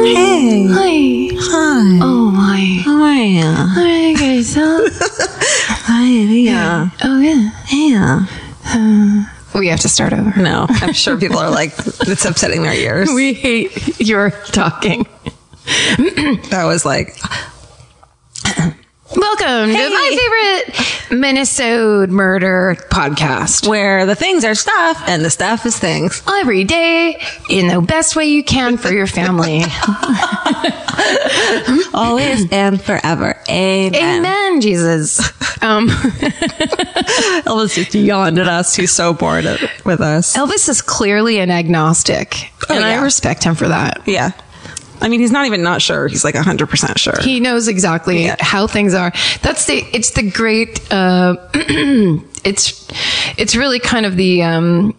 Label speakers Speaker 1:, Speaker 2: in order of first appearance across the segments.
Speaker 1: Hi. Hi.
Speaker 2: Oh my.
Speaker 1: How are you?
Speaker 2: All right, guys. Huh?
Speaker 1: Hi. Yeah.
Speaker 2: Oh, yeah.
Speaker 1: Yeah.
Speaker 2: We have to start over.
Speaker 1: No, Oh, I'm sure people are like, it's upsetting their ears.
Speaker 2: We hate your talking.
Speaker 1: I was like,
Speaker 2: Welcome to my favorite Minnesota murder podcast.
Speaker 1: where the things are stuff and the stuff is things.
Speaker 2: Every day in the best way you can for your family.
Speaker 1: Always and forever. Amen.
Speaker 2: Amen, Jesus. Um,
Speaker 1: Elvis just yawned at us. He's so bored of, with us.
Speaker 2: Elvis is clearly an agnostic, and
Speaker 1: yeah.
Speaker 2: I respect him for that.
Speaker 1: yeah. I mean, he's not even not sure. He's like 100% sure.
Speaker 2: He knows exactly how things are. That's the it's the great uh, it's it's really kind of the um,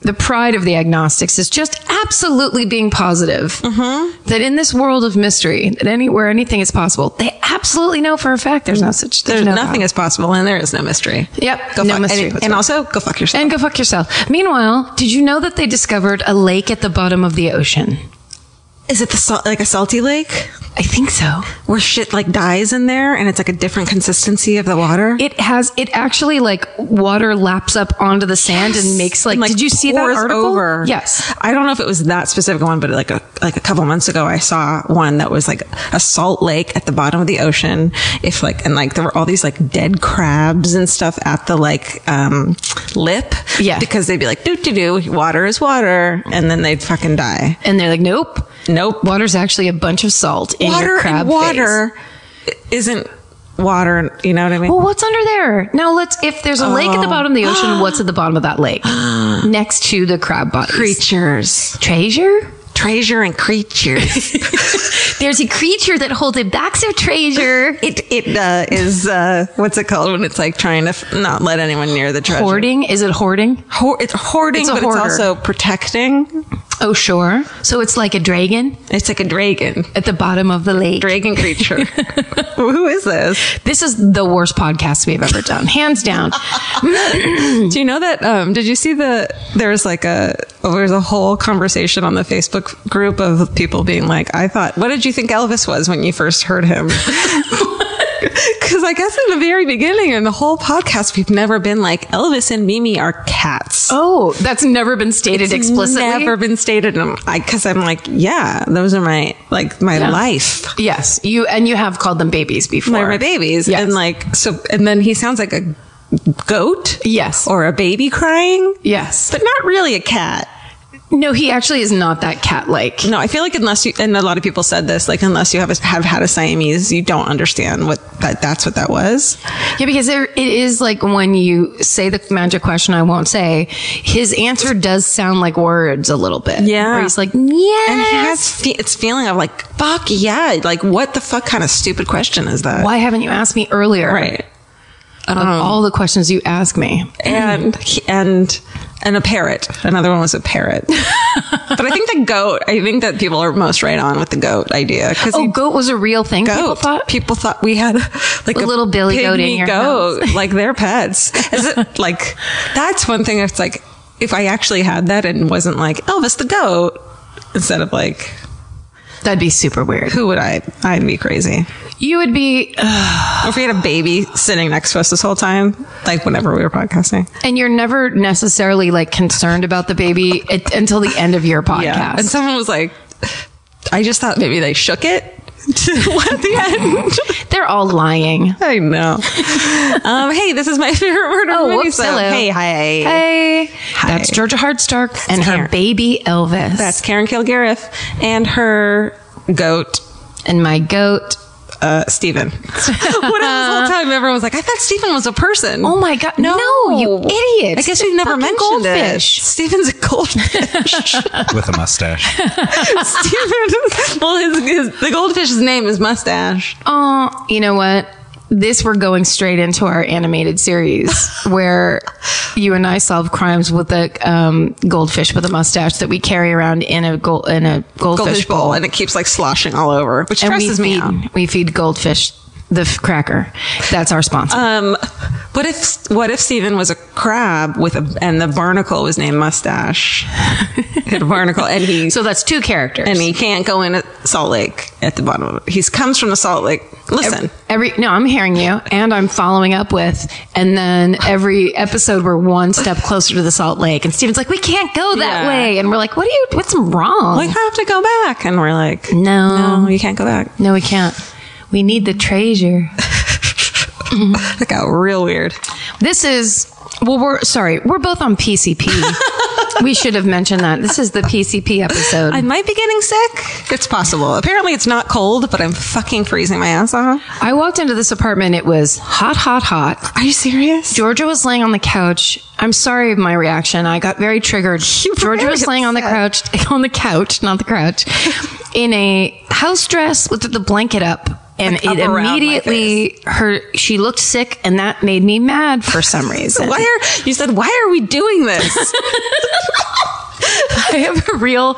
Speaker 2: the pride of the agnostics is just absolutely being positive that in this world of mystery that anywhere anything is possible they absolutely know for a fact there's no such
Speaker 1: There's
Speaker 2: no
Speaker 1: nothing
Speaker 2: God.
Speaker 1: is possible and there is no mystery.
Speaker 2: Yep,
Speaker 1: Go
Speaker 2: no
Speaker 1: fuck,
Speaker 2: mystery
Speaker 1: And, and
Speaker 2: whatsoever.
Speaker 1: also, go fuck yourself.
Speaker 2: and go fuck yourself. Meanwhile, did you know that they discovered a lake at the bottom of the ocean?
Speaker 1: is it the sal- like a salty lake?
Speaker 2: I think so.
Speaker 1: where shit like dies in there and it's like a different consistency of the water.
Speaker 2: It has it actually like water laps up onto the sand and makes like,
Speaker 1: And,
Speaker 2: did you see that
Speaker 1: pours
Speaker 2: article?
Speaker 1: Over.
Speaker 2: Yes.
Speaker 1: I don't know if it was that specific one, but like a, like a couple months ago, I saw one that was like a salt lake at the bottom of the ocean. If like, and like there were all these like dead crabs and stuff at the like, um, lip.
Speaker 2: Yeah.
Speaker 1: Because they'd be like, doo doo doo, water is water. And then they'd fucking die.
Speaker 2: And they're like, nope.
Speaker 1: Nope.
Speaker 2: Water's actually a bunch of salt in
Speaker 1: water
Speaker 2: your crab
Speaker 1: and
Speaker 2: face.
Speaker 1: water isn't water. You know what I mean?
Speaker 2: Well, what's under there? Now let's, if there's a lake at the bottom of the ocean, what's at the bottom of that lake? Next to the crab bodies.
Speaker 1: Creatures,
Speaker 2: Treasure?
Speaker 1: treasure and creatures.
Speaker 2: There's a creature that holds a box of treasure.
Speaker 1: It it uh, is uh, what's it called when it's like trying to f- not let anyone near the treasure.
Speaker 2: Hoarding? Is it hoarding?
Speaker 1: Ho- it's hoarding,
Speaker 2: It's a
Speaker 1: but
Speaker 2: hoarder.
Speaker 1: it's also protecting.
Speaker 2: Oh, sure. So it's like a dragon
Speaker 1: It's like a dragon,
Speaker 2: at the bottom of the lake.
Speaker 1: dragon creature. Who is this?
Speaker 2: This is the worst podcast we've ever done, hands down.
Speaker 1: Do you know that? Um, did you see the? There's like a oh, there's a whole conversation on the Facebook group of people being like, I thought, what did you think Elvis was when you first heard him? Because I guess in the very beginning, in the whole podcast, we've never been like Elvis and Mimi are cats.
Speaker 2: Oh, that's never been stated explicitly.
Speaker 1: never been stated and I cuz I'm like yeah those are my like my life
Speaker 2: Yes, you and you have called them babies before.
Speaker 1: my, my babies
Speaker 2: Yes.
Speaker 1: and like so and then he sounds like a goat
Speaker 2: Yes.
Speaker 1: or a baby crying
Speaker 2: yes.
Speaker 1: but not really a cat
Speaker 2: no, he actually is not that cat-like.
Speaker 1: no I feel like unless you and a lot of people said this like unless you have a, have had a Siamese you don't understand what that that's what that was
Speaker 2: Yeah, because there, it is like when you say the magic question I won't say, his answer does sound like words a little bit.
Speaker 1: Yeah.
Speaker 2: Where he's like,
Speaker 1: and he
Speaker 2: yes.
Speaker 1: has fe- it's feeling of like fuck yeah like what the fuck kind of stupid question is that
Speaker 2: Why haven't you asked me earlier?
Speaker 1: right Uh-huh.
Speaker 2: Out of all the questions you ask me.
Speaker 1: and and and a parrot. Another one was a parrot. but I think the goat. I think that people are most right on with the goat idea because
Speaker 2: Oh, goat was a real thing.
Speaker 1: goat.
Speaker 2: People thought.
Speaker 1: people thought we had like
Speaker 2: A little billy goat in
Speaker 1: pygmy
Speaker 2: your
Speaker 1: goat, like their pets. Is it like that's one thing? It's like if I actually had that and wasn't like Elvis the goat instead of like
Speaker 2: That'd be super weird.
Speaker 1: who would I? I'd be crazy.
Speaker 2: You would be,
Speaker 1: Or if we had a baby sitting next to us this whole time, like whenever we were podcasting.
Speaker 2: and you're never necessarily like concerned about the baby it, until the end of your podcast.
Speaker 1: And someone was like, I just thought maybe they shook it. at the end.
Speaker 2: They're all lying.
Speaker 1: I know. Um, hey, this is my favorite murder
Speaker 2: Oh,
Speaker 1: mini
Speaker 2: whoops, hello.
Speaker 1: Hey, hi.
Speaker 2: Hey. That's Georgia Hardstark and her
Speaker 1: Karen.
Speaker 2: baby Elvis.
Speaker 1: That's Karen Kilgariff and her goat,
Speaker 2: and my goat.
Speaker 1: uh, Stephen. what if this whole time everyone was like, I thought Stephen was a person.
Speaker 2: Oh my God. No, you idiot.
Speaker 1: I guess
Speaker 2: It's
Speaker 1: we've
Speaker 2: a
Speaker 1: never
Speaker 2: fucking
Speaker 1: mentioned
Speaker 2: goldfish.
Speaker 1: it. Stephen's a goldfish.
Speaker 3: with a mustache.
Speaker 1: Stephen. Well, his, his, the goldfish's name is Mustache.
Speaker 2: Oh, you know what? This we're going straight into our animated series where you and I solve crimes with a um, goldfish with a mustache that we carry around in a gold in a goldfish,
Speaker 1: Goldfish bowl, and it keeps like sloshing all over, which
Speaker 2: And we
Speaker 1: stresses me
Speaker 2: feed
Speaker 1: out.
Speaker 2: we feed goldfish the f- cracker. That's our sponsor.
Speaker 1: Um, what if what if Steven was a crab with a and the barnacle was named Mustache? He had a barnacle, and he
Speaker 2: so that's two characters.
Speaker 1: and he can't go in at Salt Lake at the bottom of it. He comes from the Salt Lake. Listen,
Speaker 2: Every no, I'm hearing you, and I'm following up with, and then every episode we're one step closer to the Salt Lake, and Steven's like, "We can't go that
Speaker 1: Yeah.
Speaker 2: way," and we're like, "What are you? What's wrong?"
Speaker 1: we have to go back, and we're like,
Speaker 2: No.
Speaker 1: no, you can't go back.
Speaker 2: No, we can't. We need the treasure.
Speaker 1: That got real weird.
Speaker 2: This is well. We're sorry. We're both on PCP. we should have mentioned that. This is the PCP episode.
Speaker 1: I
Speaker 2: i
Speaker 1: might be getting sick. It's possible. Apparently, it's not cold, but I'm fucking freezing my ass off.
Speaker 2: walked into this apartment. It was hot, hot, hot.
Speaker 1: Are you serious?
Speaker 2: Georgia was laying on the couch. I'm sorry of my reaction. I got very triggered.
Speaker 1: You were
Speaker 2: Georgia
Speaker 1: very
Speaker 2: was laying on the couch, on the couch, not the couch, in a house dress with the blanket up, and
Speaker 1: Like, up
Speaker 2: it
Speaker 1: around my
Speaker 2: immediately her she looked sick, and that made me mad for some reason.
Speaker 1: Why are you said? Why are we doing this?
Speaker 2: I have a real.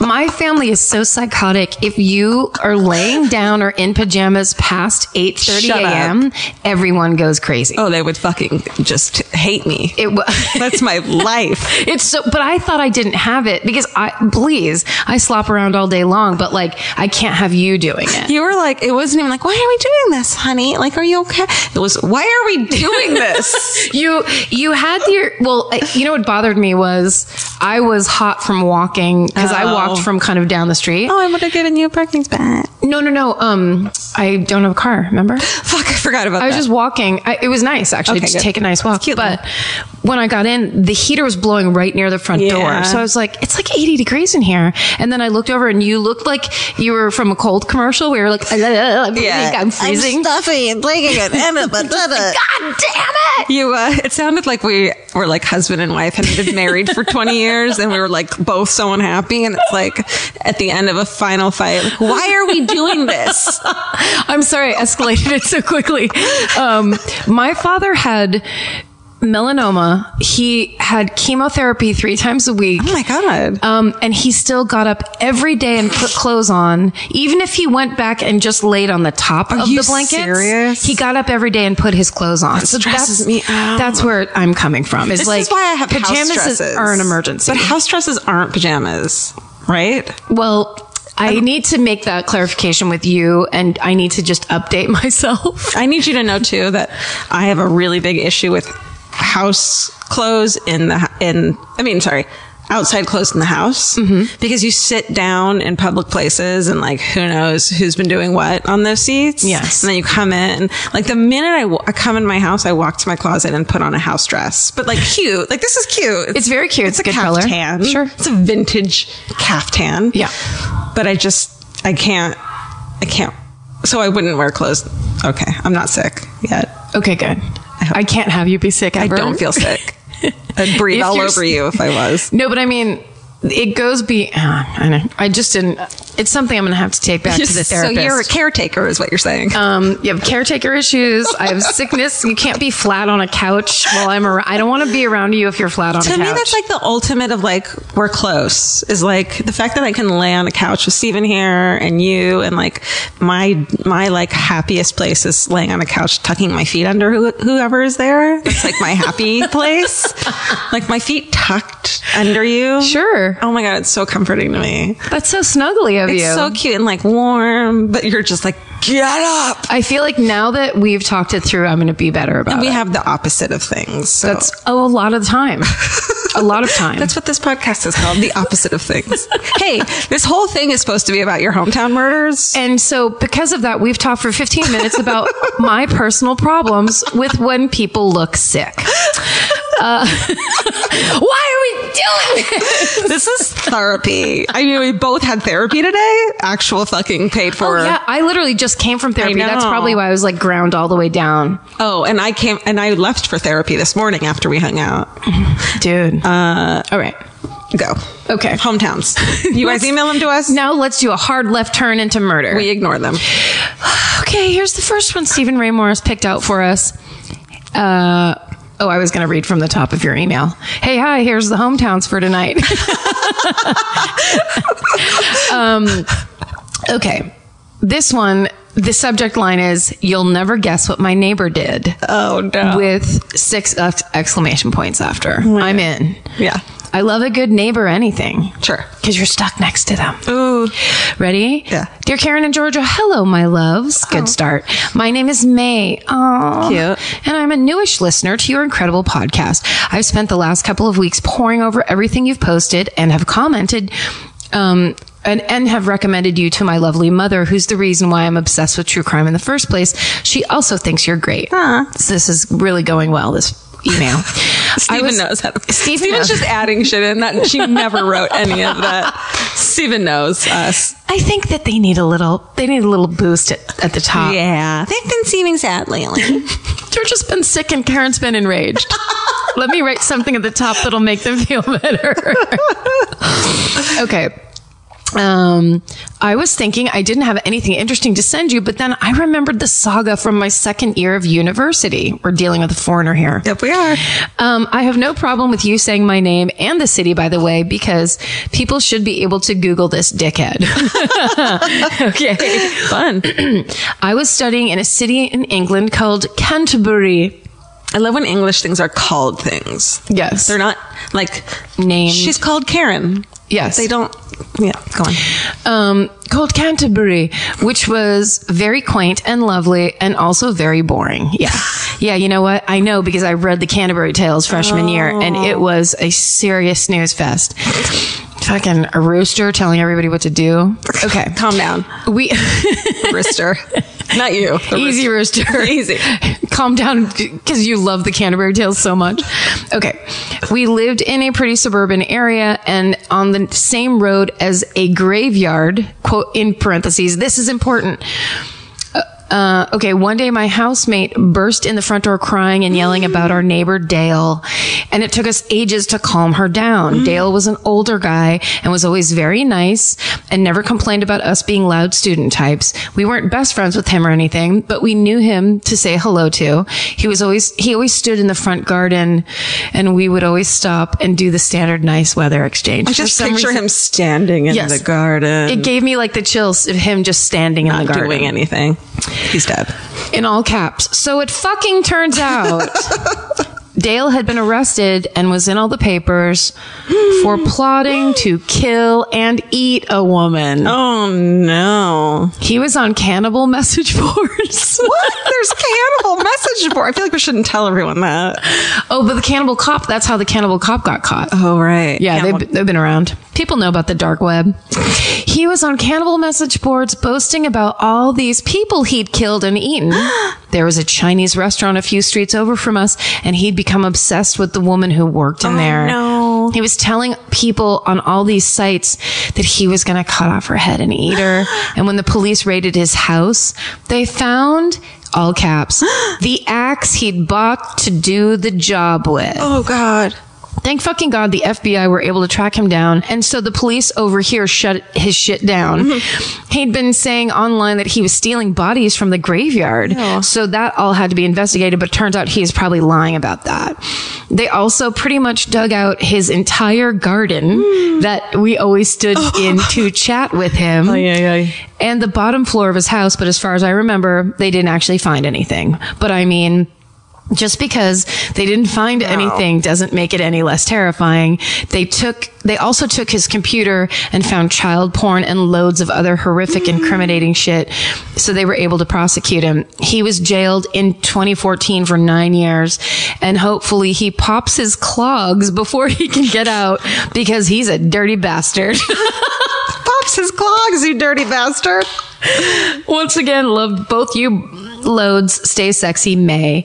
Speaker 2: My family is so psychotic. If you are laying down or in pajamas past eight thirty
Speaker 1: Shut up.
Speaker 2: a.m., everyone goes crazy.
Speaker 1: oh, they would fucking just hate me.
Speaker 2: It wa-
Speaker 1: That's my life.
Speaker 2: It's so, but I thought I didn't have it because I, please, I slop around all day long, but like, I can't have you doing it.
Speaker 1: You were like, it wasn't even like, why are we doing this, honey? Like, are you okay? It was, why are we doing this?
Speaker 2: You you had your well. uh, You know what bothered me was I was hot from walking because I walked from kind of down the street.
Speaker 1: oh, I would have given you a parking spot.
Speaker 2: No, no, no. Um, I don't have a car. Remember?
Speaker 1: Fuck, I forgot about
Speaker 2: I was
Speaker 1: that.
Speaker 2: just walking. I, it was nice actually
Speaker 1: Okay,
Speaker 2: to
Speaker 1: good.
Speaker 2: take a nice walk.
Speaker 1: cute,
Speaker 2: but when I got in, the heater was blowing right near the front
Speaker 1: Yeah.
Speaker 2: door. So I was like, it's like 80 degrees in here. And then I looked over and you looked like you were from a cold commercial where you're like, I'm, freezing, I'm freezing.
Speaker 1: stuffy and blanking and Emma, but
Speaker 2: God damn it.
Speaker 1: You, uh, it sounded like we were like husband and wife and had been married for 20 years and we were like both so unhappy. And it's like at the end of a final fight, like, why are we doing this?
Speaker 2: I'm sorry, I escalated it so quickly. Um, my father had melanoma. He had chemotherapy three times a week.
Speaker 1: Oh my God.
Speaker 2: Um, and he still got up every day and put clothes on, even if he went back and just laid on the top of
Speaker 1: you
Speaker 2: the blankets.
Speaker 1: serious?
Speaker 2: He got up every day and put his clothes on. so
Speaker 1: stresses
Speaker 2: that's
Speaker 1: me out.
Speaker 2: That's where I'm coming from. Is
Speaker 1: This
Speaker 2: like
Speaker 1: is why I have
Speaker 2: pajamas
Speaker 1: house
Speaker 2: is-
Speaker 1: dresses.
Speaker 2: are an emergency.
Speaker 1: But house dresses aren't pajamas, right?
Speaker 2: well. I need to make that clarification with you, and I need to just update myself.
Speaker 1: I need you to know too that I have a really big issue with house clothes in the in. I mean, sorry, outside clothes in the house because you sit down in public places and like who knows who's been doing what on those seats.
Speaker 2: Yes.
Speaker 1: and then you come in. Like the minute I, w- I come in my house, I walk to my closet and put on a house dress, but like cute. Like this is cute.
Speaker 2: It's very cute. It's a good color.
Speaker 1: Caftan.
Speaker 2: Sure.
Speaker 1: it's a vintage caftan.
Speaker 2: Yeah.
Speaker 1: but I just I can't I can't. So I wouldn't wear clothes. Okay, I'm not sick yet.
Speaker 2: Okay, good. I can't have you be sick.
Speaker 1: I
Speaker 2: Ever.
Speaker 1: don't feel sick. I'd breathe
Speaker 2: If
Speaker 1: all
Speaker 2: you're-
Speaker 1: over you if I was.
Speaker 2: No, but I mean, it goes be. ah, I know. I just didn't. It's something I'm going to have to take back to the
Speaker 1: so
Speaker 2: therapist.
Speaker 1: you're a caretaker, is what you're saying.
Speaker 2: um, you have caretaker issues. I have sickness. You can't be flat on a couch while I'm around. I don't want to be around you if you're flat on
Speaker 1: to
Speaker 2: a couch.
Speaker 1: me, that's like the ultimate of like we're close. Is like the fact that I can lay on a couch with Steven here and you, and like my my like happiest place is laying on a couch, tucking my feet under who, whoever is there. It's like my happy place, like my feet tucked under you.
Speaker 2: Sure.
Speaker 1: Oh my god, it's so comforting to me.
Speaker 2: that's so snuggly of
Speaker 1: It's
Speaker 2: you.
Speaker 1: so cute and like warm, but you're just like get up.
Speaker 2: I feel like now that we've talked it through, I'm going to be better about
Speaker 1: We
Speaker 2: it.
Speaker 1: have the opposite of things. so-
Speaker 2: That's oh, a lot of the time.
Speaker 1: That's
Speaker 2: a
Speaker 1: what-
Speaker 2: lot of time.
Speaker 1: That's what this podcast is called: the opposite of things. hey, this whole thing is supposed to be about your hometown murders.
Speaker 2: And so, because of that, we've talked for 15 minutes about my personal problems with when people look sick. Uh, why are we doing this?
Speaker 1: This is therapy. I mean, we both had therapy today. Actual fucking paid for.
Speaker 2: Oh, yeah, I literally just came from therapy. That's
Speaker 1: know.
Speaker 2: probably why I was like ground all the way down.
Speaker 1: Oh, and I came and I left for therapy this morning after we hung out.
Speaker 2: Dude. all right.
Speaker 1: Go.
Speaker 2: Okay.
Speaker 1: Hometowns. You guys
Speaker 2: Let's-
Speaker 1: email them to us.
Speaker 2: Now let's do a hard left turn into murder.
Speaker 1: We ignore them.
Speaker 2: Okay, here's the first one Stephen Ray Morris picked out for us. Uh, oh, I was going to read from the top of your email. Hey, hi, here's the hometowns for tonight. um, okay, this one, the subject line is You'll never guess what my neighbor did.
Speaker 1: Oh no.
Speaker 2: With six ex- exclamation points after. I'm in.
Speaker 1: Oh yeah.
Speaker 2: I love a good neighbor, anything.
Speaker 1: Sure.
Speaker 2: Because you're stuck next to them.
Speaker 1: Ooh.
Speaker 2: Ready?
Speaker 1: Yeah. Oh.
Speaker 2: Dear Karen and Georgia, hello, my loves. Good start. My name is May. Aww.
Speaker 1: Cute.
Speaker 2: And I'm a newish listener to your incredible podcast. I've spent the last couple of weeks poring over everything you've posted and have commented. Um, and, and have recommended you to my lovely mother, who's the reason why I'm obsessed with true crime in the first place. She also thinks you're great. So this is really going well, this email.
Speaker 1: Steven
Speaker 2: was-
Speaker 1: knows how to.
Speaker 2: Steven knows.
Speaker 1: Steven's just adding shit in that she never wrote any of that. Steven knows us.
Speaker 2: I think that they need a little, they need a little boost at, at the top.
Speaker 1: Yeah. They've been seeming sad lately.
Speaker 2: Georgia's been sick and Karen's been enraged. Let me write something at the top that'll make them feel better. okay. Um, I was thinking I didn't have anything interesting to send you, but then I remembered the saga from my second year of university. We're dealing with a foreigner here.
Speaker 1: yep, we are.
Speaker 2: Um, I have no problem with you saying my name and the city, by the way, because people should be able to Google this dickhead. okay.
Speaker 1: Fun.
Speaker 2: I was studying in a city in England called Canterbury.
Speaker 1: I love when English things are called things.
Speaker 2: Yes.
Speaker 1: They're not like
Speaker 2: Named.
Speaker 1: She's called Karen.
Speaker 2: Yes.
Speaker 1: They don't. Yeah. Go on.
Speaker 2: um, called Canterbury, which was very quaint and lovely and also very boring. Yeah. Yeah. You know what? I know because I read the Canterbury Tales freshman year and it was a serious snooze fest. Fucking a rooster telling everybody what to do. Okay.
Speaker 1: Calm down.
Speaker 2: We,
Speaker 1: Rooster. Not you. The
Speaker 2: easy rooster.
Speaker 1: Easy.
Speaker 2: Calm down because you love the Canterbury Tales so much. Okay. We lived in a pretty suburban area and on the same road as a graveyard, quote, in parentheses. This is important. Uh, okay, one day my housemate burst in the front door crying and yelling about our neighbor Dale, and it took us ages to calm her down.
Speaker 1: Mm.
Speaker 2: Dale was an older guy and was always very nice and never complained about us being loud student types. We weren't best friends with him or anything, but we knew him to say hello to. He was always he always stood in the front garden, and we would always stop and do the standard nice weather exchange.
Speaker 1: I
Speaker 2: For
Speaker 1: just
Speaker 2: some
Speaker 1: picture
Speaker 2: reason-
Speaker 1: him standing in
Speaker 2: Yes.
Speaker 1: the garden.
Speaker 2: It gave me like the chills of him just standing in the
Speaker 1: not
Speaker 2: garden
Speaker 1: doing anything. He's dead.
Speaker 2: in all caps. So it fucking turns out Dale had been arrested and was in all the papers for plotting to kill and eat a woman.
Speaker 1: Oh no.
Speaker 2: He was on cannibal message boards.
Speaker 1: What? There's cannibal message board. I feel like we shouldn't tell everyone that.
Speaker 2: oh, but the cannibal cop, that's how the cannibal cop got caught.
Speaker 1: Oh right.
Speaker 2: Yeah,
Speaker 1: Cannibal-
Speaker 2: they've, they've been around. People know about the dark web. he was on cannibal message boards boasting about all these people he'd killed and eaten. there was a Chinese restaurant a few streets over from us, and he'd become obsessed with the woman who worked in there.
Speaker 1: no.
Speaker 2: He was telling people on all these sites that he was going to cut off her head and eat her. and when the police raided his house, they found. All caps. The axe he'd bought to do the job with.
Speaker 1: Oh god.
Speaker 2: Thank fucking God the FBI were able to track him down. And so the police over here shut his shit down. He'd been saying online that he was stealing bodies from the graveyard. So that all had to be investigated, but turns out he is probably lying about that. They also pretty much dug out his entire garden that we always stood in to chat with him and the bottom floor of his house. But as far as I remember, they didn't actually find anything. But I mean, just because they didn't find anything doesn't make it any less terrifying. They took, they also took his computer and found child porn and loads of other horrific,
Speaker 1: Mm.
Speaker 2: incriminating shit. So they were able to prosecute him. He was jailed in 2014 for nine years and hopefully he pops his clogs before he can get out because he's a dirty bastard.
Speaker 1: Pops his clogs, you dirty bastard.
Speaker 2: Once again, love both you loads. Stay sexy, May.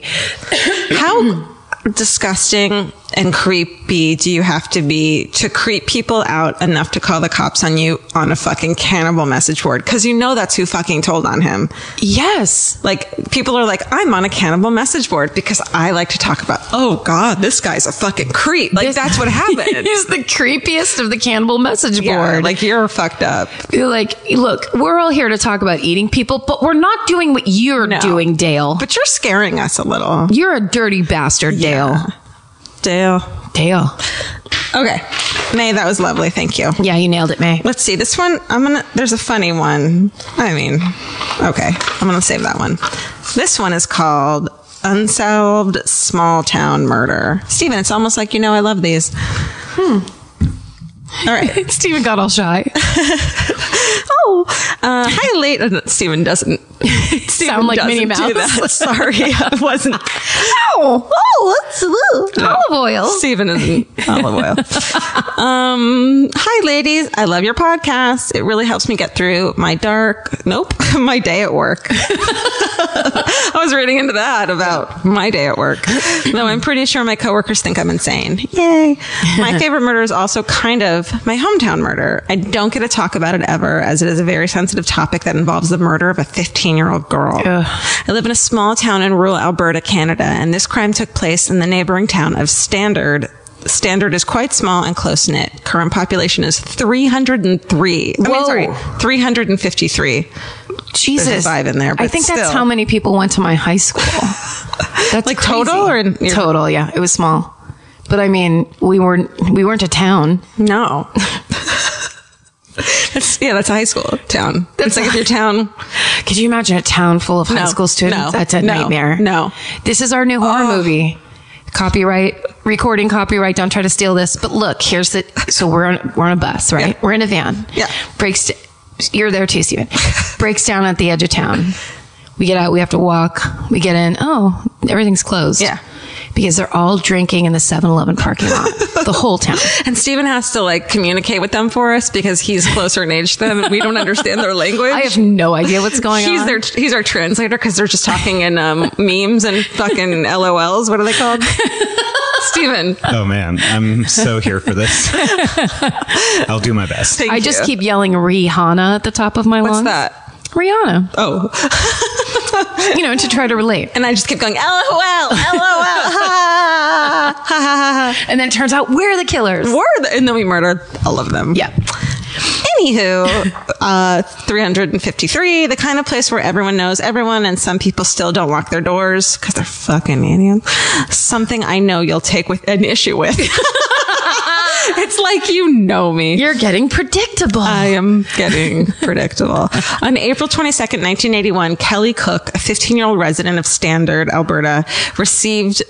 Speaker 1: How
Speaker 2: Mm-hmm.
Speaker 1: disgusting and creepy do you have to be to creep people out enough to call the cops on you on a fucking cannibal message board? Because you know that's who fucking told on him.
Speaker 2: Yes.
Speaker 1: Like, people are like, I'm on a cannibal message board because I like to talk about, oh God, this guy's a fucking creep. Like, that's what happened.
Speaker 2: He's the creepiest of the cannibal message
Speaker 1: Yeah,
Speaker 2: board.
Speaker 1: like, you're fucked up.
Speaker 2: You're like, look, we're all here to talk about eating people, but we're not doing what you're doing, Dale.
Speaker 1: But you're scaring us a little.
Speaker 2: you're a dirty bastard,
Speaker 1: Dale.
Speaker 2: Dale. Dale.
Speaker 1: Okay. May, that was lovely. Thank you.
Speaker 2: Yeah, you nailed it, May.
Speaker 1: Let's see. This one, I'm gonna. There's a funny one. I mean, okay. I'm gonna save that one. This one is called Unsolved Small Town Murder. Steven, it's almost like you know I love these. Hmm. All right.
Speaker 2: Steven got all shy.
Speaker 1: oh, uh, hi, late. uh, Steven doesn't Steven
Speaker 2: Sound like
Speaker 1: doesn't
Speaker 2: Minnie
Speaker 1: do
Speaker 2: Mouse.
Speaker 1: that. Sorry, I wasn't. Ow! Oh, that's
Speaker 2: Olive oil.
Speaker 1: Steven isn't olive oil. um, hi, ladies. I love your podcast. It really helps me get through my dark, nope, my day at work. I was reading into that about my day at work. Though I'm pretty sure my coworkers think I'm insane. Yay. My favorite murder is also kind of my hometown murder. I don't get to talk about it ever as it is a very sensitive topic that involves the murder of a 15 year old girl. I live in a small town in rural Alberta, Canada, and this crime took place in the neighboring town of Standard. Standard is quite small and close knit. Current population is 303. I mean,
Speaker 2: Whoa.
Speaker 1: sorry, 353.
Speaker 2: Jesus.
Speaker 1: vibe in there,
Speaker 2: I
Speaker 1: but
Speaker 2: think that's
Speaker 1: still.
Speaker 2: how many people went to my high school. That's
Speaker 1: Like
Speaker 2: crazy.
Speaker 1: total or in-
Speaker 2: total, yeah. It was small. But I mean, we weren't we weren't a town.
Speaker 1: No. that's, yeah, that's a high school town. That's like if your town.
Speaker 2: Could you imagine a town full of high
Speaker 1: No,
Speaker 2: school students?
Speaker 1: no,
Speaker 2: That's a
Speaker 1: no,
Speaker 2: nightmare.
Speaker 1: no.
Speaker 2: This is our new horror movie. Copyright, recording copyright. Don't try to steal this. But look, here's the. So we're on we're on a bus, right?
Speaker 1: Yeah.
Speaker 2: We're in a van.
Speaker 1: Yeah.
Speaker 2: Breaks. d- You're there too, Steven. Breaks down at the edge of town. We get out. We have to walk. We get in. Oh, everything's closed.
Speaker 1: Yeah.
Speaker 2: Because they're all drinking in the 7-Eleven parking lot. the whole town.
Speaker 1: And Steven has to like communicate with them for us because he's closer in age than them. We don't understand their language.
Speaker 2: I have no idea what's going
Speaker 1: he's
Speaker 2: on.
Speaker 1: their he's our translator because they're just talking in um, memes and fucking LOLs. What are they called? Steven.
Speaker 3: Oh man, I'm so here for this. I'll do my best.
Speaker 1: thank
Speaker 2: I just
Speaker 1: you.
Speaker 2: keep yelling Rihanna at the top of my
Speaker 1: What's
Speaker 2: lungs.
Speaker 1: that?
Speaker 2: Rihanna.
Speaker 1: Oh,
Speaker 2: You know, to try to relate.
Speaker 1: and I just keep going. LOL, LOL, ha, ha, ha, ha.
Speaker 2: And then it turns out we're the killers.
Speaker 1: Were the- and then we murdered all of them.
Speaker 2: Yeah.
Speaker 1: Anywho, uh, 353, the kind of place where everyone knows everyone and some people still don't lock their doors because they're fucking idiots. Something I know you'll take with an issue with. it's like you know me.
Speaker 2: You're getting predictable.
Speaker 1: I am getting predictable. On April 22nd, 1981, Kelly Cook, a 15 year old resident of Standard, Alberta, received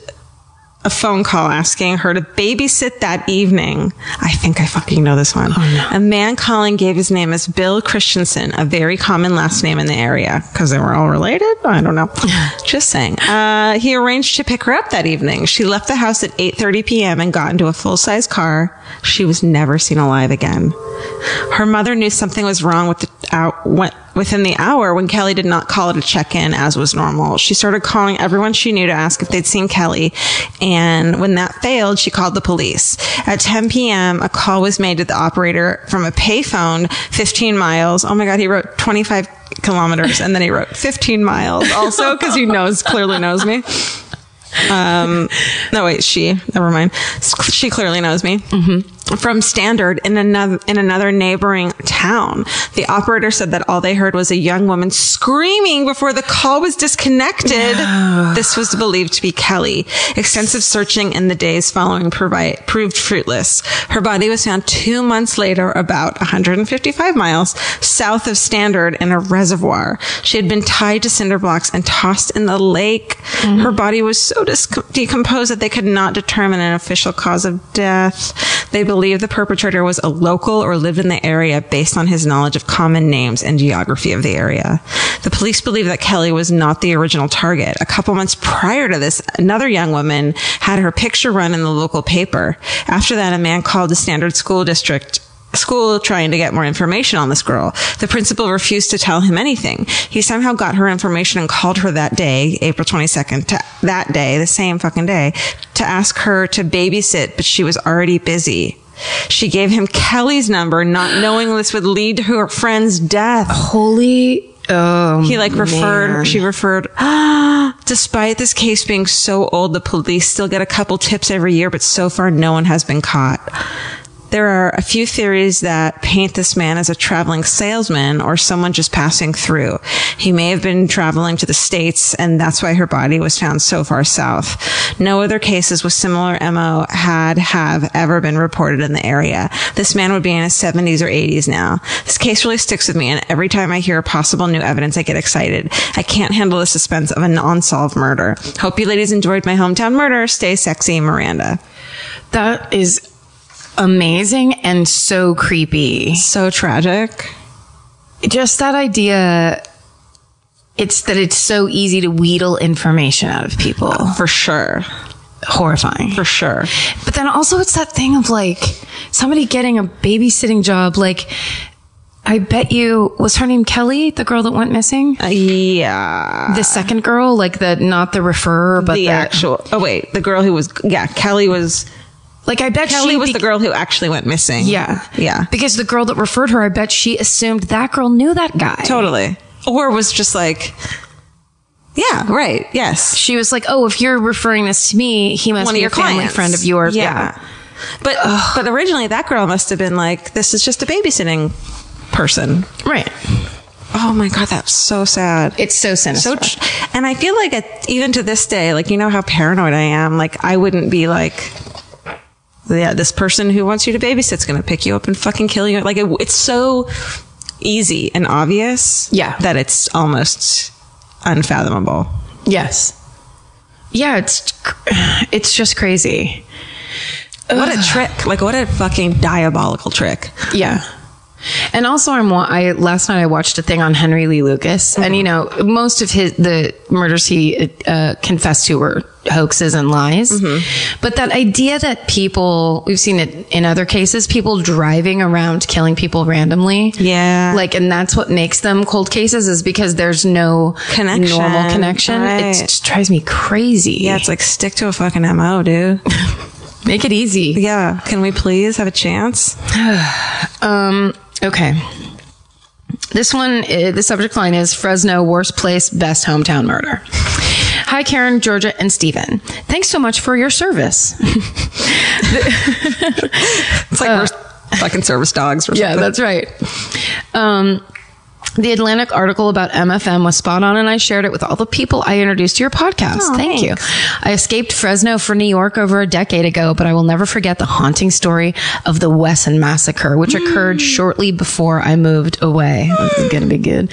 Speaker 1: a phone call asking her to babysit that evening. I think I fucking know this one. A man calling gave his name as Bill Christensen, a very common last name in the area because they were all related. I don't know. Just saying. Uh, he arranged to pick her up that evening. She left the house at 8:30 p.m. and got into a full-size car. She was never seen alive again. Her mother knew something was wrong with the out went within the hour when Kelly did not call it a check in as was normal. She started calling everyone she knew to ask if they'd seen Kelly. And when that failed, she called the police. At 10 p.m., a call was made to the operator from a payphone 15 miles. Oh my God, he wrote 25 kilometers and then he wrote 15 miles also because he knows, clearly knows me. Um, no, wait, she, never mind. S- She clearly knows me. Mm-hmm. from Standard in another in another neighboring town. The operator said that all they heard was a young woman screaming before the call was disconnected. this was believed to be Kelly. Extensive searching in the days following provi- proved fruitless. Her body was found 2 months later about 155 miles south of Standard in a reservoir. She had been tied to cinder blocks and tossed in the lake. Her body was so dis- decomposed that they could not determine an official cause of death. They believe the perpetrator was a local or lived in the area based on his knowledge of common names and geography of the area. The police believe that Kelly was not the original target. A couple months prior to this, another young woman had her picture run in the local paper. After that, a man called the Standard School District school trying to get more information on this girl. The principal refused to tell him anything. He somehow got her information and called her that day, April 22nd, to that day, the same fucking day, to ask her to babysit, but she was already busy. She gave him Kelly's number, not knowing this would lead to her friend's death.
Speaker 2: Holy. Oh,
Speaker 1: He like referred,
Speaker 2: man.
Speaker 1: she referred, ah, despite this case being so old, the police still get a couple tips every year, but so far no one has been caught. There are a few theories that paint this man as a traveling salesman or someone just passing through. He may have been traveling to the States and that's why her body was found so far south. No other cases with similar MO had have ever been reported in the area. This man would be in his 70s or 80s now. This case really sticks with me, and every time I hear possible new evidence, I get excited. I can't handle the suspense of an unsolved murder. Hope you ladies enjoyed my hometown murder. Stay sexy, Miranda.
Speaker 2: That is amazing and so creepy.
Speaker 1: So tragic.
Speaker 2: Just that idea. It's that it's so easy to wheedle information out of people.
Speaker 1: For sure.
Speaker 2: Horrifying.
Speaker 1: For sure.
Speaker 2: But then also it's that thing of like somebody getting a babysitting job. Like, I bet you, was her name Kelly, the girl that went missing?
Speaker 1: Uh, yeah.
Speaker 2: the second girl, like the, not the referrer, but
Speaker 1: the,
Speaker 2: Uh, the,
Speaker 1: actual. Oh, wait. The girl who was. Yeah. Kelly was.
Speaker 2: like I bet
Speaker 1: Kelly
Speaker 2: she
Speaker 1: was
Speaker 2: bec-
Speaker 1: the girl who actually went missing.
Speaker 2: Yeah.
Speaker 1: Yeah.
Speaker 2: Because the girl that referred her, I bet she assumed that girl knew that guy.
Speaker 1: Totally. Or was just like. Yeah. Right. Yes.
Speaker 2: She was like, "Oh, if you're referring this to me, he must
Speaker 1: one
Speaker 2: be
Speaker 1: of your
Speaker 2: a family
Speaker 1: clients.
Speaker 2: friend of yours."
Speaker 1: Yeah. But but originally that girl must have been like, this is just a babysitting person.
Speaker 2: Yeah. right.
Speaker 1: Oh my god, that's so sad.
Speaker 2: It's so sinister.
Speaker 1: so, tr- and I feel like at, even to this day, like you know how paranoid I am. Like I wouldn't be like, yeah, this person who wants you to babysit's gonna pick you up and fucking kill you. Like it, it's so easy and obvious.
Speaker 2: Yeah.
Speaker 1: that it's almost unfathomable.
Speaker 2: yes. Yeah, it's it's just crazy.
Speaker 1: What a trick! Like what a fucking diabolical trick.
Speaker 2: Yeah. And also, I'm. wa- I last night I watched a thing on Henry Lee Lucas,
Speaker 1: Mm-hmm.
Speaker 2: and you know, most of his the murders he uh, confessed to were hoaxes and lies.
Speaker 1: Mm-hmm.
Speaker 2: But that idea that people we've seen it in other cases, people driving around killing people randomly.
Speaker 1: Yeah.
Speaker 2: like, and that's what makes them cold cases is because there's no
Speaker 1: Connection,
Speaker 2: normal connection.
Speaker 1: right.
Speaker 2: It just drives me crazy.
Speaker 1: Yeah, it's like stick to a fucking mo, dude.
Speaker 2: make it easy.
Speaker 1: Yeah, can we please have a chance?
Speaker 2: Um, okay. This one, uh, the subject line is Fresno Worst Place, Best Hometown Murder. Hi, Karen, Georgia, and Stephen. Thanks so much for your service.
Speaker 1: It's like we're fucking service dogs. Or
Speaker 2: Uh, Yeah,
Speaker 1: something.
Speaker 2: that's right. Um, the Atlantic article about MFM was spot on, and I shared it with all the people I introduced to your podcast. Thank you. I escaped Fresno for New York over a decade ago, but I will never forget the haunting story of the Wesson Massacre, which occurred shortly before I moved away. This is going to be good.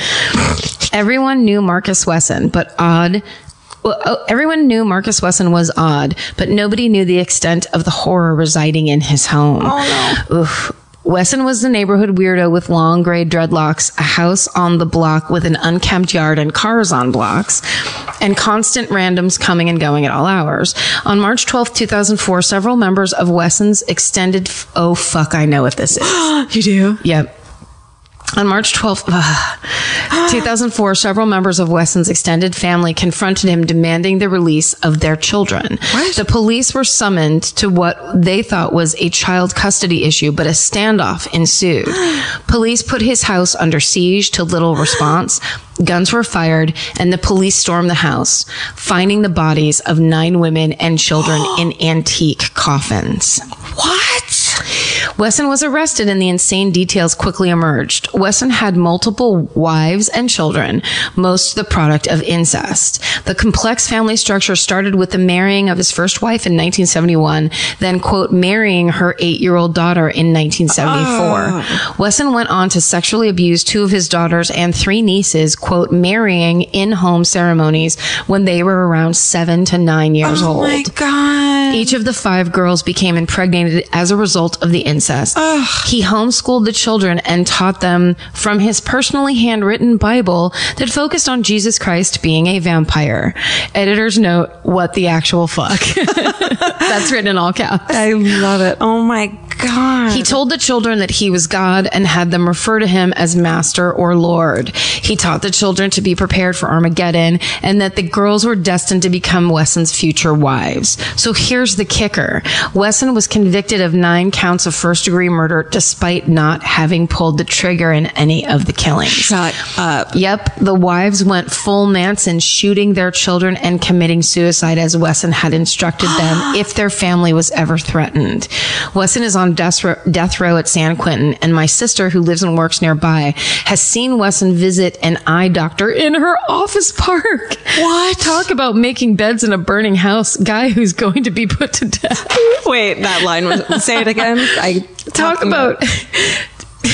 Speaker 2: Everyone knew Marcus Wesson, but odd. Well, oh, everyone knew Marcus Wesson was odd, but nobody knew the extent of the horror residing in his home. Oof. Wesson was the neighborhood weirdo with long gray dreadlocks, a house on the block with an unkempt yard and cars on blocks, and constant randoms coming and going at all hours. On March 12, 2004, several members of Wesson's extended, f- oh fuck, I know what this is.
Speaker 1: you do.
Speaker 2: Yep. On March uh, 12th, ugh, 2004, several members of Wesson's extended family confronted him demanding the release of their children. The police were summoned to what they thought was a child custody issue, but a standoff ensued. police put his house under siege to little response. Guns were fired and the police stormed the house, finding the bodies of nine women and children in antique coffins. What? Wesson was arrested and the insane details quickly emerged. Wesson had multiple wives and children, most the product of incest. The complex family structure started with the marrying of his first wife in 1971, then quote, marrying her eight year old daughter in 1974.
Speaker 1: Oh.
Speaker 2: Wesson went on to sexually abuse two of his daughters and three nieces, quote, marrying in home ceremonies when they were around seven to nine years
Speaker 1: Oh
Speaker 2: old.
Speaker 1: my god.
Speaker 2: Each of the five girls became impregnated as a result of the incest. He homeschooled the children and taught them from his personally handwritten Bible that focused on Jesus Christ being a vampire. Editors note, what the actual fuck? That's written in all caps.
Speaker 1: I love it. Oh my god.
Speaker 2: He told the children that he was God and had them refer to him as master or lord. He taught the children to be prepared for Armageddon and that the girls were destined to become Wesson's future wives. So here's the kicker. Wesson was convicted of nine counts of first degree murder despite not having pulled the trigger in any of the killings.
Speaker 1: Shut up.
Speaker 2: Yep, the wives went full Manson, shooting their children and committing suicide as Wesson had instructed them if their family was ever threatened. Wesson is on death row, death row at San Quentin, and my sister, who lives and works nearby, has seen Wesson visit an eye doctor in her office park.
Speaker 1: What?
Speaker 2: Talk about making beds in a burning house, guy who's going to be put to death.
Speaker 1: Wait, that line was. Say it again. I
Speaker 2: Talk about.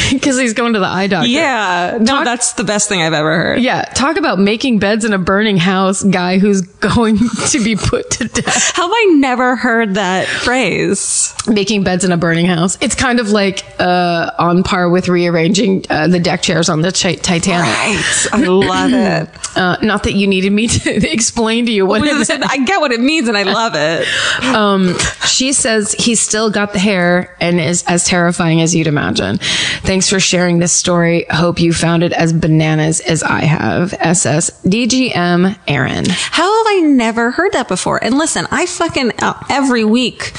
Speaker 2: Because he's going to the eye doctor.
Speaker 1: Yeah. No, that's the best thing I've ever heard.
Speaker 2: Yeah, talk about making beds in a burning house guy who's going to be put to death.
Speaker 1: How have I never heard that phrase?
Speaker 2: making beds in a burning house. It's kind of like uh, on par with rearranging uh, the deck chairs on the Chi- Titanic.
Speaker 1: Right. I love it.
Speaker 2: Uh, not that you needed me to explain to you what it
Speaker 1: Because I
Speaker 2: is.
Speaker 1: said, I get what it means and I love it.
Speaker 2: Um, she says he's still got the hair and is as terrifying as you'd imagine. Thanks for sharing this story. Hope you found it as bananas as I have. SS DGM Aaron.
Speaker 1: How have I never heard that before? And listen, I fucking uh, every week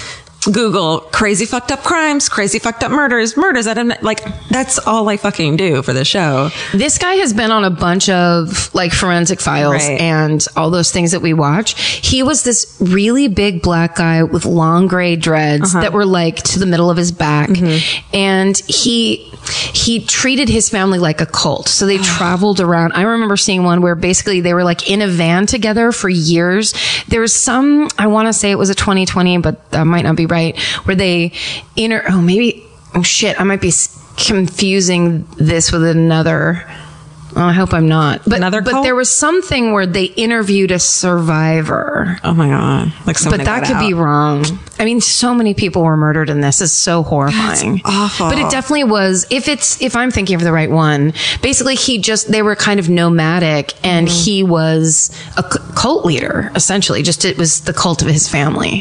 Speaker 1: Google crazy fucked up crimes, crazy fucked up murders, murders that I'm not- like, that's all I fucking do for the show.
Speaker 2: This guy has been on a bunch of like forensic files
Speaker 1: Right.
Speaker 2: and all those things that we watch. He was this really big black guy with long gray dreads
Speaker 1: Uh-huh.
Speaker 2: that were like to the middle of his back.
Speaker 1: Mm-hmm.
Speaker 2: And he, he treated his family like a cult. So they traveled around. I remember seeing one where basically they were like in a van together for years. There was some, I want to say it was a 2020, but that might not be right, where they inter, oh, maybe, oh shit, I might be s- confusing this with another. Oh, I hope I'm not. But
Speaker 1: Another
Speaker 2: but
Speaker 1: cult?
Speaker 2: there was something where they interviewed a survivor.
Speaker 1: Oh my God. Like, someone
Speaker 2: But that could be wrong. I mean, so many people were murdered in this. It's so horrifying.
Speaker 1: awful.
Speaker 2: But it definitely was. If it's if I'm thinking of the right one, basically he just they were kind of nomadic, and he was a c- cult leader essentially. Just it was the cult of his family.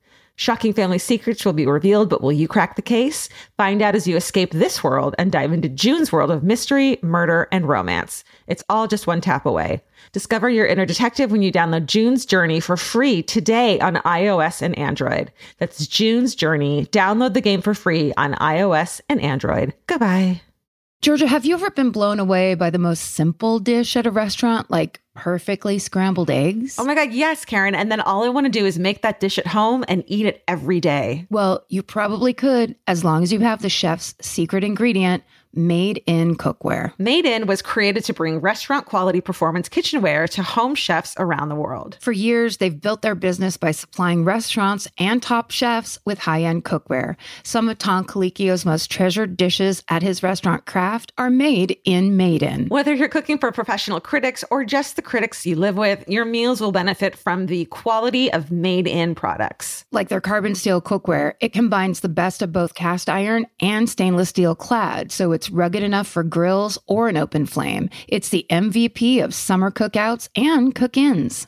Speaker 4: Shocking family secrets will be revealed, but will you crack the case? Find out as you escape this world and dive into June's world of mystery, murder, and romance. It's all just one tap away. Discover your inner detective when you download June's Journey for free today on iOS and Android. That's June's Journey. Download the game for free on iOS and Android. Goodbye.
Speaker 5: Georgia, have you ever been blown away by the most simple dish at a restaurant, like perfectly scrambled eggs?
Speaker 4: Oh my God, yes, Karen. And then all I want to do is make that dish at home and eat it every day.
Speaker 5: Well, you probably could as long as you have the chef's secret ingredient made in cookware.
Speaker 4: Made In was created to bring restaurant quality performance kitchenware to home chefs around the world.
Speaker 5: For years, they've built their business by supplying restaurants and top chefs with high end cookware. Some of Tom Colicchio's most treasured dishes at his restaurant Craft are made in Maiden.
Speaker 4: Whether you're cooking for professional critics or just the critics you live with, your meals will benefit from the quality of Made In products.
Speaker 5: Like their carbon steel cookware, it combines the best of both cast iron and stainless steel clad, so it's rugged enough for grills or an open flame. It's the MVP of summer cookouts and cook ins.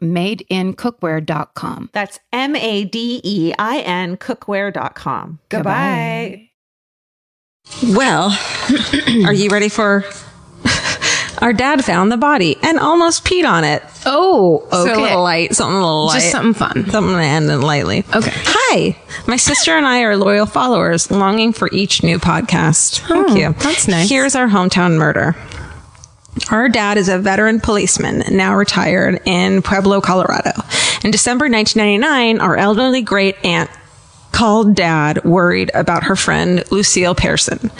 Speaker 5: madeincookware.com.
Speaker 4: That's M A D E I N cookware.com. Goodbye.
Speaker 1: Well, are you ready for? Our dad found the body and almost peed on it.
Speaker 2: Oh, okay.
Speaker 1: So a little light, something a little light.
Speaker 2: Just something fun.
Speaker 1: Something to end it lightly.
Speaker 2: Okay.
Speaker 1: Hi, my sister and I are loyal followers, longing for each new podcast.
Speaker 2: Oh,
Speaker 1: Thank you.
Speaker 2: that's nice.
Speaker 1: Here's our hometown murder. Our dad is a veteran policeman, now retired in Pueblo, Colorado. In December 1999, our elderly great aunt called dad worried about her friend Lucille Pearson,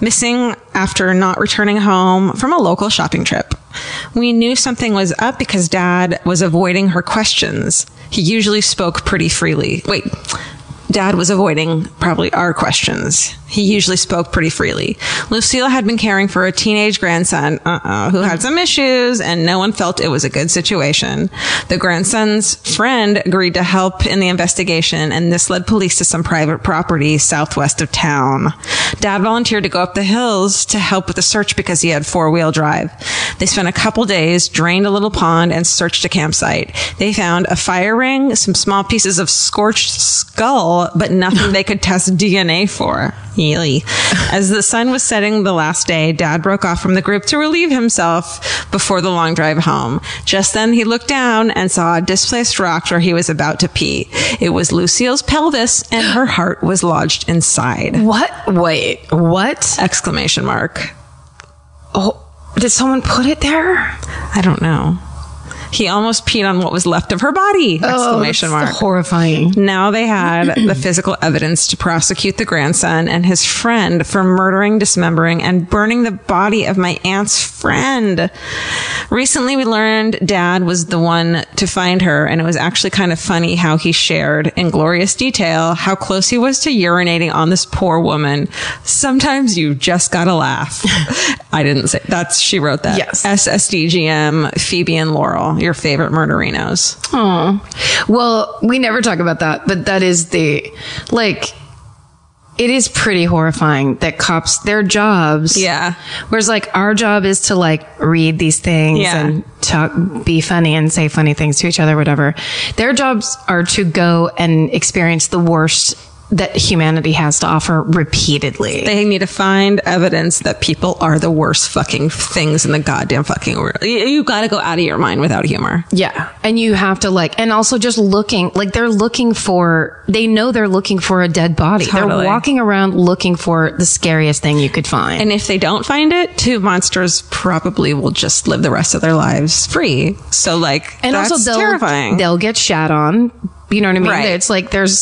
Speaker 1: missing after not returning home from a local shopping trip. We knew something was up because dad was avoiding her questions. He usually spoke pretty freely. Wait. Dad was avoiding probably our questions. He usually spoke pretty freely. Lucille had been caring for a teenage grandson uh-uh, who had some issues, and no one felt it was a good situation. The grandson's friend agreed to help in the investigation, and this led police to some private property southwest of town. Dad volunteered to go up the hills to help with the search because he had four wheel drive. They spent a couple days, drained a little pond, and searched a campsite. They found a fire ring, some small pieces of scorched skull, but nothing they could test DNA for. Yeely. As the sun was setting the last day, Dad broke off from the group to relieve himself before the long drive home. Just then he looked down and saw a displaced rock where he was about to pee. It was Lucille's pelvis and her heart was lodged inside.
Speaker 2: What? Wait, what?
Speaker 1: Exclamation mark.
Speaker 2: Oh, did someone put it there?
Speaker 1: I don't know. He almost peed on what was left of her body! exclamation
Speaker 2: Oh,
Speaker 1: mark.
Speaker 2: that's Horrifying.
Speaker 1: Now they had the physical evidence to prosecute the grandson and his friend for murdering, dismembering, and burning the body of my aunt's friend. Recently, we learned dad was the one to find her, and it was actually kind of funny how he shared in glorious detail how close he was to urinating on this poor woman. Sometimes you just gotta laugh. I didn't say that's she wrote that.
Speaker 2: Yes.
Speaker 1: SSDGM, Phoebe and Laurel, your favorite murderinos.
Speaker 2: Oh. Well, we never talk about that, but that is the like it is pretty horrifying that cops their jobs.
Speaker 1: Yeah.
Speaker 2: Whereas like our job is to like read these things
Speaker 1: Yeah.
Speaker 2: and talk be funny and say funny things to each other whatever. Their jobs are to go and experience the worst that humanity has to offer repeatedly.
Speaker 1: They need to find evidence that people are the worst fucking things in the goddamn fucking world. You, you got to go out of your mind without humor.
Speaker 2: Yeah. And you have to like, and also just looking, like they're looking for, they know they're looking for a dead body. They're
Speaker 1: Totally.
Speaker 2: walking around looking for the scariest thing you could find.
Speaker 1: And if they don't find it, two monsters probably will just live the rest of their lives free. So like,
Speaker 2: and
Speaker 1: that's
Speaker 2: also they'll,
Speaker 1: terrifying.
Speaker 2: they'll get shat on. You know what I mean?
Speaker 1: Right.
Speaker 2: It's like there's,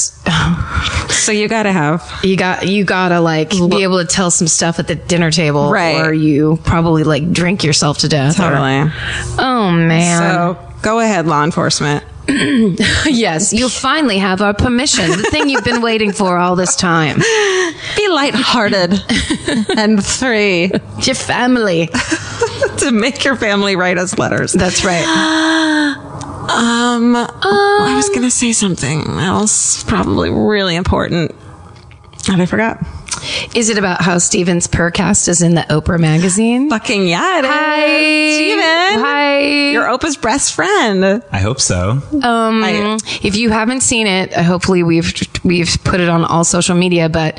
Speaker 1: so you got to have
Speaker 2: you got, you gotta like be able to tell some stuff at the dinner table.
Speaker 1: Right.
Speaker 2: Or you probably like drink yourself to death. or-
Speaker 1: totally.
Speaker 2: oh man.
Speaker 1: So go ahead, law enforcement.
Speaker 2: Yes, you finally have our permission. The thing you've been waiting for all this time.
Speaker 1: Be lighthearted. and three,
Speaker 2: Your family.
Speaker 1: to make your family write us letters.
Speaker 2: That's right.
Speaker 1: Um, I was gonna say something else, probably really important, and I forgot.
Speaker 2: Is it about how Steven's Percast is in the Oprah magazine?
Speaker 1: Fucking yeah, it is.
Speaker 2: Hi.
Speaker 1: Steven.
Speaker 2: Hi.
Speaker 1: You're Oprah's best friend.
Speaker 3: I hope so.
Speaker 2: Um,
Speaker 1: I-
Speaker 2: if you haven't seen it, uh, hopefully we've we've put it on all social media. But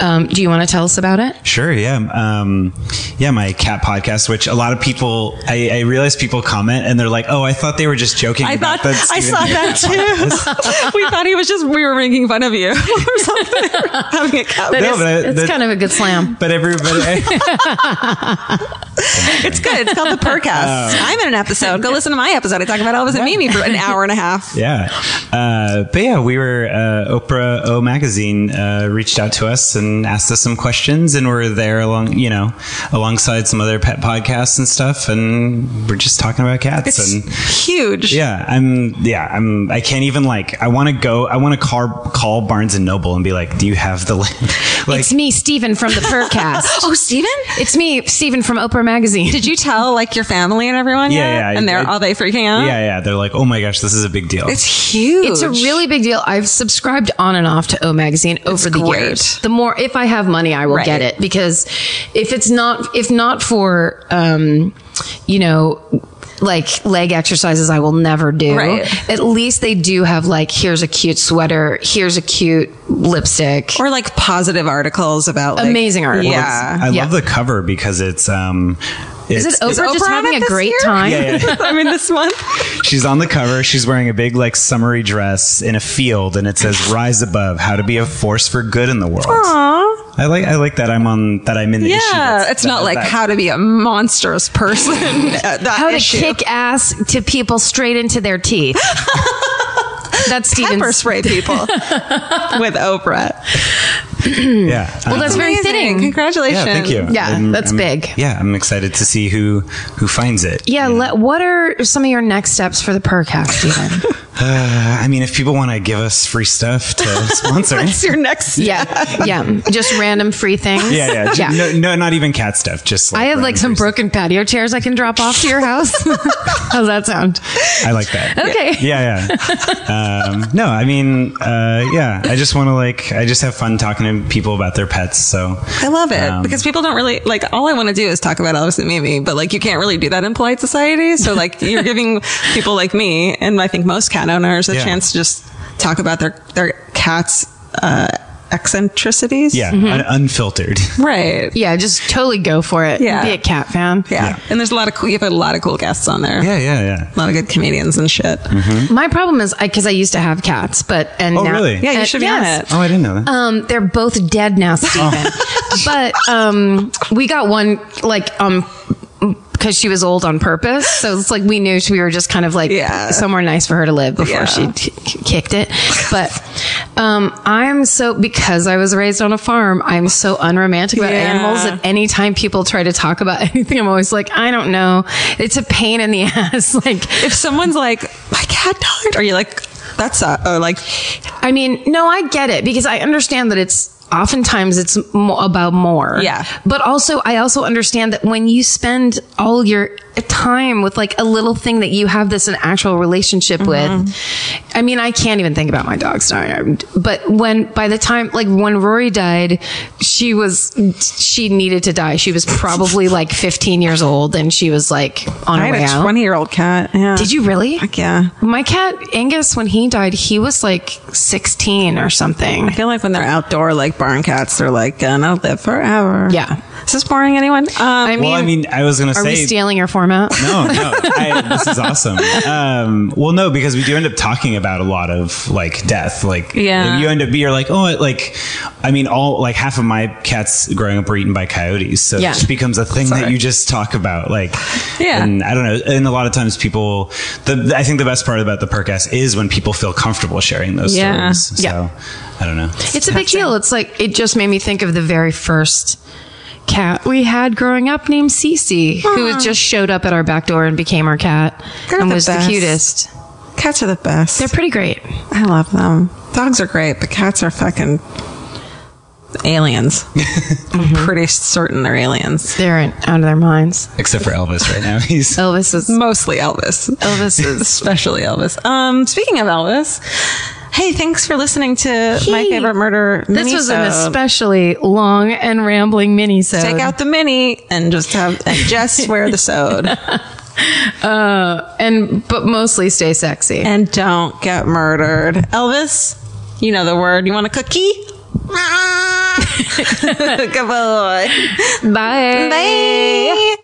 Speaker 2: um, do you want to tell us about it?
Speaker 3: Sure, yeah. Um, yeah, my cat podcast, which a lot of people, I, I realize people comment and they're like, oh, I thought they were just joking.
Speaker 1: I
Speaker 3: about
Speaker 1: thought
Speaker 3: that
Speaker 1: I
Speaker 3: Stephen
Speaker 1: saw
Speaker 3: King
Speaker 1: that too. we thought he was just we were making fun of you or something, having a cat.
Speaker 3: No, but I-
Speaker 2: it's
Speaker 3: that-
Speaker 2: kind of a good slam.
Speaker 3: But everybody,
Speaker 1: It's good. It's called the Percast.
Speaker 3: Oh.
Speaker 1: I'm in an episode. Go listen to my episode. I talk about Elvis and Mimi for an hour and a half.
Speaker 3: yeah. Uh, but yeah, we were uh, Oprah O Magazine uh, reached out to us and asked us some questions, and we're there along, you know, alongside some other pet podcasts and stuff, and we're just talking about cats and
Speaker 1: It's huge.
Speaker 3: Yeah, I'm. Yeah, I'm. I can't even like. I want to go. I want to car call Barnes and Noble and be like, "Do you have the link?" like?
Speaker 2: It's me, Steven from the Percast.
Speaker 1: Oh, Steven?
Speaker 2: It's me, Steven from Oprah Magazine.
Speaker 1: Did you tell like your family and everyone?
Speaker 3: Yeah,
Speaker 1: yet?
Speaker 3: yeah, I-
Speaker 1: And they're
Speaker 3: I-
Speaker 1: all they freaking out?
Speaker 3: yeah, yeah. They're like, "Oh my gosh, this is a big deal."
Speaker 1: It's huge.
Speaker 2: It's a really big deal. I've subscribed on and off to O Magazine over the
Speaker 1: great.
Speaker 2: years. The more, if I have money, I will
Speaker 1: Right.
Speaker 2: get it because if it's not, if not for, um, you know, like leg exercises, I will never do.
Speaker 1: Right.
Speaker 2: At least they do have like, here's a cute sweater, here's a cute lipstick.
Speaker 1: or like positive articles about like,
Speaker 2: Amazing articles.
Speaker 1: Yeah.
Speaker 3: I
Speaker 2: yeah.
Speaker 3: love the cover because it's um,
Speaker 2: is
Speaker 3: it's,
Speaker 2: it Oprah, just
Speaker 1: Oprah on
Speaker 2: having
Speaker 1: it
Speaker 2: a
Speaker 1: this
Speaker 2: great
Speaker 1: year?
Speaker 2: time?
Speaker 3: Yeah, yeah.
Speaker 1: I mean, this one.
Speaker 3: She's on the cover. She's wearing a big like summery dress in a field, and it says "Rise above: How to Be a Force for Good in the World."
Speaker 1: Aw.
Speaker 3: I like I like that I'm on that I'm in the issue.
Speaker 1: Yeah.
Speaker 3: that's-
Speaker 1: It's not
Speaker 3: that-
Speaker 1: like
Speaker 3: that-
Speaker 1: how to be a monstrous person. Uh, that
Speaker 2: How to
Speaker 1: issue.
Speaker 2: Oh, kick ass to people straight into their teeth. That's
Speaker 1: pepper
Speaker 2: Steven's.
Speaker 1: spray people with Oprah.
Speaker 3: Yeah.
Speaker 2: Well, that's very
Speaker 1: Amazing.
Speaker 2: fitting.
Speaker 1: Congratulations.
Speaker 3: yeah, thank you.
Speaker 2: Yeah, that's big.
Speaker 3: Yeah, I'm excited to see who who finds it.
Speaker 2: Yeah. Let, what are some of your next steps for the Percast, Stephen?
Speaker 3: Uh, I mean, if people want to give us free stuff to sponsor.
Speaker 1: It's your next.
Speaker 2: yeah. Yeah. Just random free things.
Speaker 3: Yeah, yeah. J- No, no, not even cat stuff. Just like
Speaker 2: I have like
Speaker 3: random
Speaker 2: some
Speaker 3: free
Speaker 2: broken patio chairs I can drop off to your house. How's that sound?
Speaker 3: stuff. I like that.
Speaker 2: Okay.
Speaker 3: Yeah, yeah. um, no, I mean, uh, yeah. I just want to like, I just have fun talking to people about their pets. So
Speaker 1: I love it
Speaker 3: Um,
Speaker 1: because people don't really like. All I want to do is talk about Elvis and Mimi, but like you can't really do that in polite society. So like you're giving people like me and I think most cat owners a
Speaker 3: Yeah.
Speaker 1: chance to just talk about their their cats' uh, eccentricities.
Speaker 3: yeah,
Speaker 2: Mm-hmm.
Speaker 3: un- unfiltered.
Speaker 1: right.
Speaker 2: Yeah. Just totally go for it.
Speaker 1: Yeah.
Speaker 2: Be a cat fan.
Speaker 1: Yeah. and there's a lot of cool. You have a lot of cool guests on there.
Speaker 3: Yeah, yeah, yeah.
Speaker 1: A lot of good comedians and shit.
Speaker 2: My problem is I because I used to have cats, but and
Speaker 3: Oh,
Speaker 2: now
Speaker 3: really?
Speaker 1: Yeah, you
Speaker 2: and-
Speaker 1: should be
Speaker 2: Uh, yes.
Speaker 1: on it.
Speaker 3: Oh, I didn't know that.
Speaker 2: Um, they're both dead now, Stephen. but um, we got one like um because she was old on purpose. So it's like we knew she, we were just kind of like
Speaker 1: Yeah.
Speaker 2: somewhere nice for her to live before
Speaker 1: Yeah.
Speaker 2: she t- kicked it. But um, I'm so because I was raised on a farm. I'm so unromantic about
Speaker 1: Yeah.
Speaker 2: animals that anytime people try to talk about anything, I'm always like, I don't know. It's a pain in the ass. like
Speaker 1: If someone's like my cat died, are you like that's a, or like
Speaker 2: I mean, no, I get it because I understand that it's oftentimes it's mo- about more.
Speaker 1: Yeah.
Speaker 2: But also, I also understand that when you spend all your time with like a little thing that you have this an actual relationship
Speaker 1: Mm-hmm.
Speaker 2: with. I mean, I can't even think about my dogs dying. But when by the time like when Rory died, she was she needed to die. She was probably like 15 years old, and she was like on
Speaker 1: I
Speaker 2: her way
Speaker 1: had a
Speaker 2: out.
Speaker 1: 20 year old cat. Yeah.
Speaker 2: Did you really?
Speaker 1: Heck yeah.
Speaker 2: My cat Angus, when he died, he was like 16 or something.
Speaker 1: I feel like when they're outdoor, like barn cats, they're like gonna live forever.
Speaker 2: Yeah.
Speaker 1: Is this boring anyone? Um,
Speaker 2: I mean,
Speaker 3: well, I mean, I was gonna
Speaker 2: are we
Speaker 3: say
Speaker 2: stealing your format?
Speaker 3: no, no. I, this is awesome. Um, well, no, because we do end up talking about a lot of like death. Like,
Speaker 1: Yeah.
Speaker 3: you end up you're like, oh, it, like, I mean, all like half of my cats growing up were eaten by coyotes, so
Speaker 2: Yeah.
Speaker 3: it just becomes a thing that you just talk about. Like,
Speaker 1: Yeah.
Speaker 3: and I don't know. And a lot of times, people, the I think the best part about the percast is when people feel comfortable sharing those
Speaker 1: Yeah.
Speaker 3: stories. So,
Speaker 2: Yeah.
Speaker 3: I don't know.
Speaker 2: It's a big deal. It's like it just made me think of the very first cat we had growing up named Cece, who had just showed up at our back door and became our cat
Speaker 1: They're
Speaker 2: and
Speaker 1: the
Speaker 2: was
Speaker 1: best.
Speaker 2: the cutest.
Speaker 1: cats are the best.
Speaker 2: They're pretty great.
Speaker 1: I love them. Dogs are great, but cats are fucking aliens. I'm pretty certain they're aliens.
Speaker 2: They're out of their minds.
Speaker 3: Except for Elvis right now. He's
Speaker 2: Elvis is
Speaker 1: Mostly Elvis.
Speaker 2: Elvis is
Speaker 1: Especially Elvis. Um, speaking of Elvis, hey, thanks for listening to my
Speaker 2: Hey.
Speaker 1: favorite murder.
Speaker 2: This was an
Speaker 1: minisode.
Speaker 2: especially long and rambling mini so
Speaker 1: Take out the mini and just have and just wear the sewed
Speaker 2: and but mostly stay sexy.
Speaker 1: and don't get murdered. Elvis, you know the word. You want a cookie? Good boy.
Speaker 2: Bye.
Speaker 1: Bye.